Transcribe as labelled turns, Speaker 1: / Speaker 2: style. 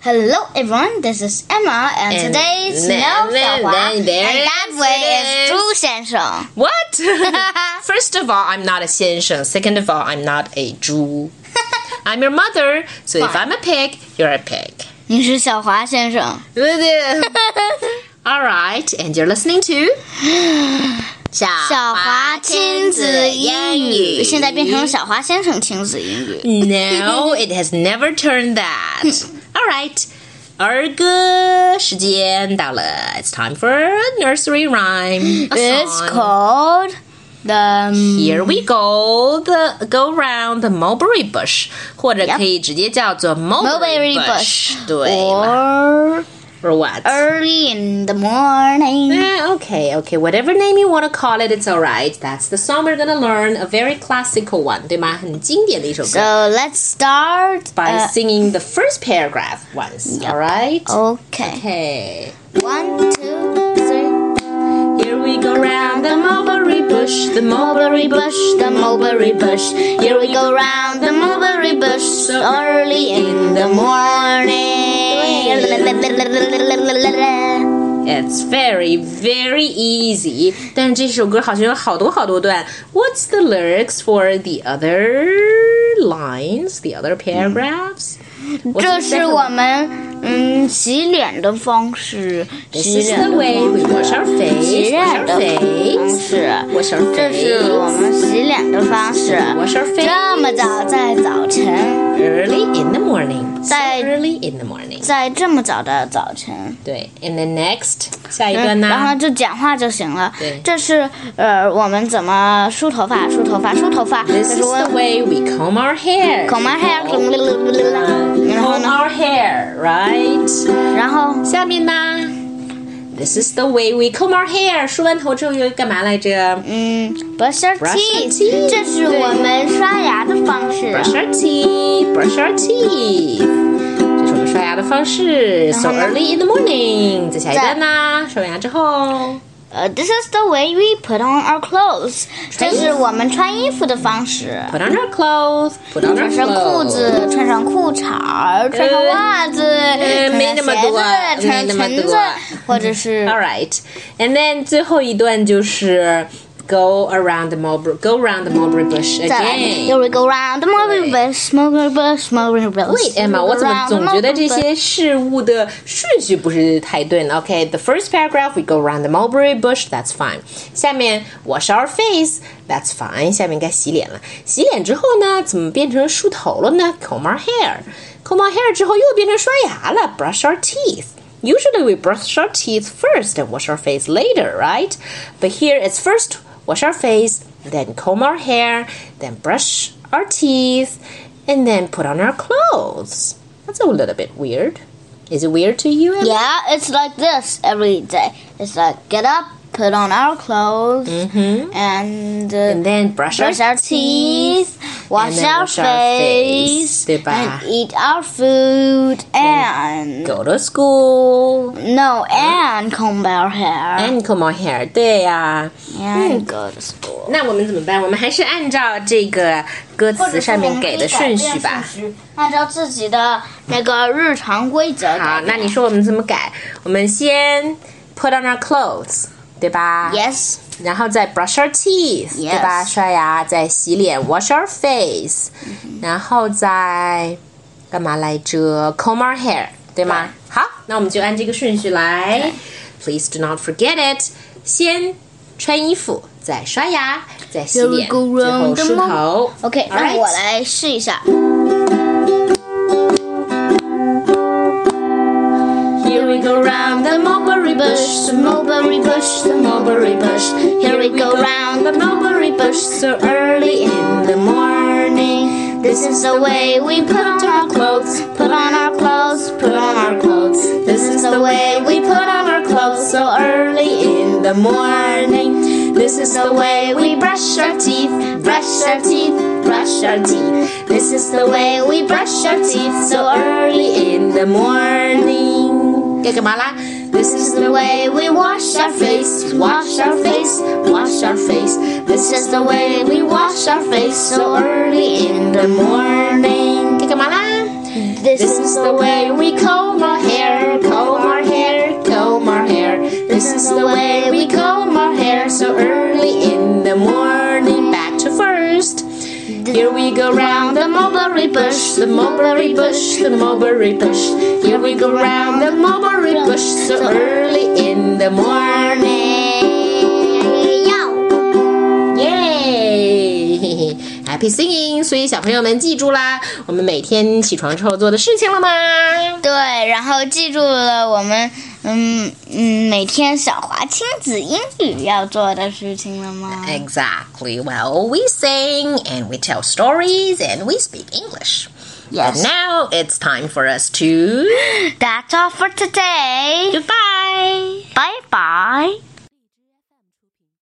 Speaker 1: Hello everyone, this is Emma, and,
Speaker 2: And
Speaker 1: today's
Speaker 2: then-
Speaker 1: no
Speaker 2: then-
Speaker 1: 笑话
Speaker 2: then
Speaker 1: and
Speaker 2: there
Speaker 1: that
Speaker 2: it
Speaker 1: way is
Speaker 2: is.
Speaker 1: 朱先生。
Speaker 2: What? First of all, I'm not a 先生. Second of all, I'm not a 猪. I'm your mother. So if I'm a pig, you're a pig.
Speaker 1: 你是小华先生。
Speaker 2: All right, and you're listening to
Speaker 1: 小华亲子英语现在变成小华先生亲子英语。
Speaker 2: No, it has never turned that. All right. 儿歌时间到了. It's time for a nursery rhyme. A
Speaker 1: It's
Speaker 2: song.
Speaker 1: called the
Speaker 2: Here we go, the go round the mulberry bush，或者
Speaker 1: Yep.
Speaker 2: 可以直接叫做
Speaker 1: mulberry
Speaker 2: mulberry
Speaker 1: bush，
Speaker 2: 对
Speaker 1: or
Speaker 2: 了，or what？
Speaker 1: early in the morning.
Speaker 2: Eh, okay, okay, whatever name you want to call it, it's alright. That's the song we're gonna learn, a very classical one，对吗？很经典的一首歌。
Speaker 1: So let's start.
Speaker 2: By
Speaker 1: uh, Oh.
Speaker 2: singing the first paragraph once, alright?
Speaker 1: okay.
Speaker 2: Okay.
Speaker 1: One, two, three.
Speaker 2: Here we go round the mulberry bush, the
Speaker 1: Mulberry
Speaker 2: mulberry bush.
Speaker 1: bush, the mulberry bush. Here we go round the mulberry bush. So early in the morning.
Speaker 2: It's very, very easy. 但这首歌好像有好多好多段。What's the lyrics for the other lines, the other paragraphs?
Speaker 1: 这
Speaker 2: What's
Speaker 1: 是
Speaker 2: the
Speaker 1: 我们嗯洗脸的方式，
Speaker 2: This
Speaker 1: 洗
Speaker 2: is
Speaker 1: 脸
Speaker 2: the
Speaker 1: 的
Speaker 2: way we wash our
Speaker 1: 洗
Speaker 2: face,
Speaker 1: 脸
Speaker 2: wash
Speaker 1: 的
Speaker 2: our
Speaker 1: 方
Speaker 2: face,
Speaker 1: 式，
Speaker 2: wash our
Speaker 1: 这是我
Speaker 2: face,
Speaker 1: 们洗脸的方式。
Speaker 2: wash our
Speaker 1: 这
Speaker 2: face
Speaker 1: 么早在早晨，
Speaker 2: early in the morning. So
Speaker 1: 在-
Speaker 2: early in the morning.
Speaker 1: 在这么早的早晨，
Speaker 2: 对，and then next
Speaker 1: 嗯
Speaker 2: 下一段呢？
Speaker 1: 然后就讲话就行了
Speaker 2: 对。
Speaker 1: 这是呃，我们怎么梳头发？梳头发，梳头发。就
Speaker 2: This
Speaker 1: 是
Speaker 2: is
Speaker 1: 我
Speaker 2: the way we comb our hair.
Speaker 1: comb my hair，
Speaker 2: Uh,
Speaker 1: 然后
Speaker 2: comb
Speaker 1: 呢？
Speaker 2: our hair, right?
Speaker 1: 然后
Speaker 2: 下面呢？This is the way we comb our hair。梳完头之后又干嘛来着
Speaker 1: 嗯，brush your
Speaker 2: Brush your
Speaker 1: teeth，
Speaker 2: teeth，
Speaker 1: 这是
Speaker 2: 对
Speaker 1: 我们刷牙的方式。
Speaker 2: ？Brush our teeth, brush our teeth。这是我们刷牙的方式。So
Speaker 1: 后呢
Speaker 2: early in the morning。再下一段呢？刷完牙之后，
Speaker 1: 呃，This is the way we put on our clothes，这
Speaker 2: 穿衣服
Speaker 1: 是我们穿衣服的方式。
Speaker 2: put on our clothes, put on our
Speaker 1: 穿上裤
Speaker 2: clothes。
Speaker 1: 子，穿上裤衩儿，穿上袜子，
Speaker 2: 呃没
Speaker 1: 穿
Speaker 2: 那么
Speaker 1: 上鞋
Speaker 2: 多嗯
Speaker 1: 子，穿
Speaker 2: 没那
Speaker 1: 上
Speaker 2: 么
Speaker 1: 裙子
Speaker 2: 多，嗯
Speaker 1: 或者是
Speaker 2: All right, and then 最后一段就是。Go around the mulberry, go around the mulberry bush
Speaker 1: 再来
Speaker 2: again.
Speaker 1: Here we go round the mulberry bush, mulberry bush, mulberry bush.
Speaker 2: 对
Speaker 1: Here we
Speaker 2: ，Emma，
Speaker 1: go
Speaker 2: 我怎么
Speaker 1: round the
Speaker 2: 总觉得
Speaker 1: mulberry
Speaker 2: 这
Speaker 1: bush
Speaker 2: 些事物的顺序不是太对呢？OK，the first paragraph we go round the mulberry bush，that's fine。下面 wash our face，that's fine。下面该洗脸了。洗脸之后呢，怎么变成梳头了呢？Comb our hair，comb our hair 之后又变成刷牙了，brush our teeth。Usually we brush our teeth first and wash our face later, right? But here it's first wash our face, then comb our hair, then brush our teeth, and then put on our clothes. That's a little bit weird. Is it weird to you? Emma?
Speaker 1: Yeah, it's like this every day. It's like get up, put on our clothes, and, uh,
Speaker 2: Mm-hmm. And then brush,
Speaker 1: brush our teeth, wash
Speaker 2: then
Speaker 1: our
Speaker 2: wash our
Speaker 1: face,
Speaker 2: face, 对吧？
Speaker 1: and eat our food, and
Speaker 2: Go to school
Speaker 1: no, and comb our hair,
Speaker 2: and hmm. comb our hair. 对呀、
Speaker 1: and go to school.
Speaker 2: 那我们怎么办？我们还是按照这个歌词上面给的顺序吧。
Speaker 1: 按照自己的那个日常规则
Speaker 2: 好，那你说我们怎么改？我们先 put on our clothes，对吧
Speaker 1: yes
Speaker 2: 然后再 brush our teeth，、
Speaker 1: Yes
Speaker 2: 对吧？刷牙，再洗脸，wash our face，、然
Speaker 1: Mm-hmm。
Speaker 2: 后再干嘛来着？comb our hair，对吗好，那我们就按这个顺序来。Please do not forget it。先穿衣服，再刷牙，再洗
Speaker 1: Here we
Speaker 2: 脸，
Speaker 1: go
Speaker 2: 最
Speaker 1: round
Speaker 2: 后
Speaker 1: the
Speaker 2: 梳
Speaker 1: mul-
Speaker 2: 头。
Speaker 1: OK，
Speaker 2: All
Speaker 1: 让我
Speaker 2: right
Speaker 1: 来试一下。
Speaker 2: Here we go round the mulberry bush, the mulberry bush, the mulberry bush. Here we go round the mulberry bush so early in the morning.
Speaker 1: This is the way we put on our clothes, put on our clothes, put on our clothes. This is the way we put on our clothes so early in the morning. This is the way we brush our teeth, brush our teeth, brush our teeth. This is the way we brush our teeth so early in the morning.
Speaker 2: 要干嘛啦？
Speaker 1: This is the way we wash our face, wash our face, wash our face. This is the way we wash our face so early in the morning.
Speaker 2: 要干嘛啦？
Speaker 1: This
Speaker 2: This is the way we comb our hair, comb our hair, comb our hair. This is the way we comb our hair so early in the morning. Back to first. Here we go round the mulberry bush, the mulberry bush, the mulberry bush. Here we go round the mulberry bush so early in the morning. Yo!
Speaker 3: 耶嘿 嘿！Happy singing！所以小朋友们记住啦，我们每天起床之后做的事情了吗？
Speaker 1: 对，然后记住了我们嗯嗯每天小华亲子英语要做的事情了吗？
Speaker 3: Exactly. Well, we sing and we tell stories and we speak English.
Speaker 1: Yes.
Speaker 3: And now it's time for us to
Speaker 1: That's all for today.
Speaker 3: goodbye.
Speaker 1: Bye bye.